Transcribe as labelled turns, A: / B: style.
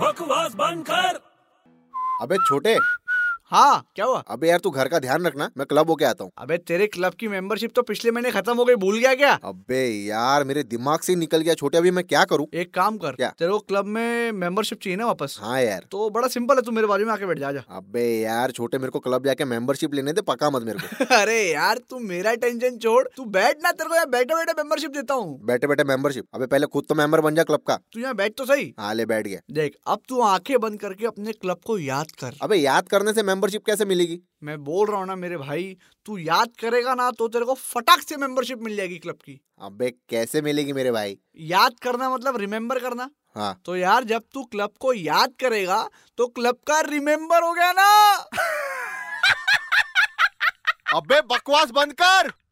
A: बकवास बंद कर
B: अबे छोटे
C: हाँ क्या हुआ
B: अबे यार तू घर का ध्यान रखना मैं क्लब होके आता हूँ
C: अबे तेरे क्लब की मेंबरशिप तो पिछले महीने खत्म हो गई भूल गया क्या
B: अबे यार मेरे दिमाग से ही निकल गया छोटे अभी मैं क्या करूँ
C: एक काम कर
B: क्या?
C: तेरे को क्लब में मेंबरशिप चाहिए ना वापस
B: हाँ यार
C: तो बड़ा सिंपल है तू मेरे बाजू में आके बैठ जा जा
B: अबे यार छोटे मेरे को क्लब जाके मेंबरशिप लेने दे पका मत मेरे को
C: अरे यार तू मेरा टेंशन छोड़ तू बैठ ना तेरे को यहाँ बैठे बैठे मेंबरशिप देता हूँ
B: बैठे बैठे मेंबरशिप अबे पहले खुद तो मेंबर बन जा क्लब का
C: तू यहाँ बैठ तो सही
B: हाँ ले बैठ गया
C: देख अब तू आंखें बंद करके अपने क्लब को याद कर
B: अबे याद करने से मेंबरशिप कैसे मिलेगी
C: मैं बोल रहा हूँ ना मेरे भाई तू याद करेगा ना तो तेरे को फटाक से मेंबरशिप मिल जाएगी क्लब की
B: अबे कैसे मिलेगी मेरे भाई
C: याद करना मतलब रिमेम्बर करना
B: हाँ
C: तो यार जब तू क्लब को याद करेगा तो क्लब का रिमेम्बर हो गया ना
D: अबे बकवास बंद कर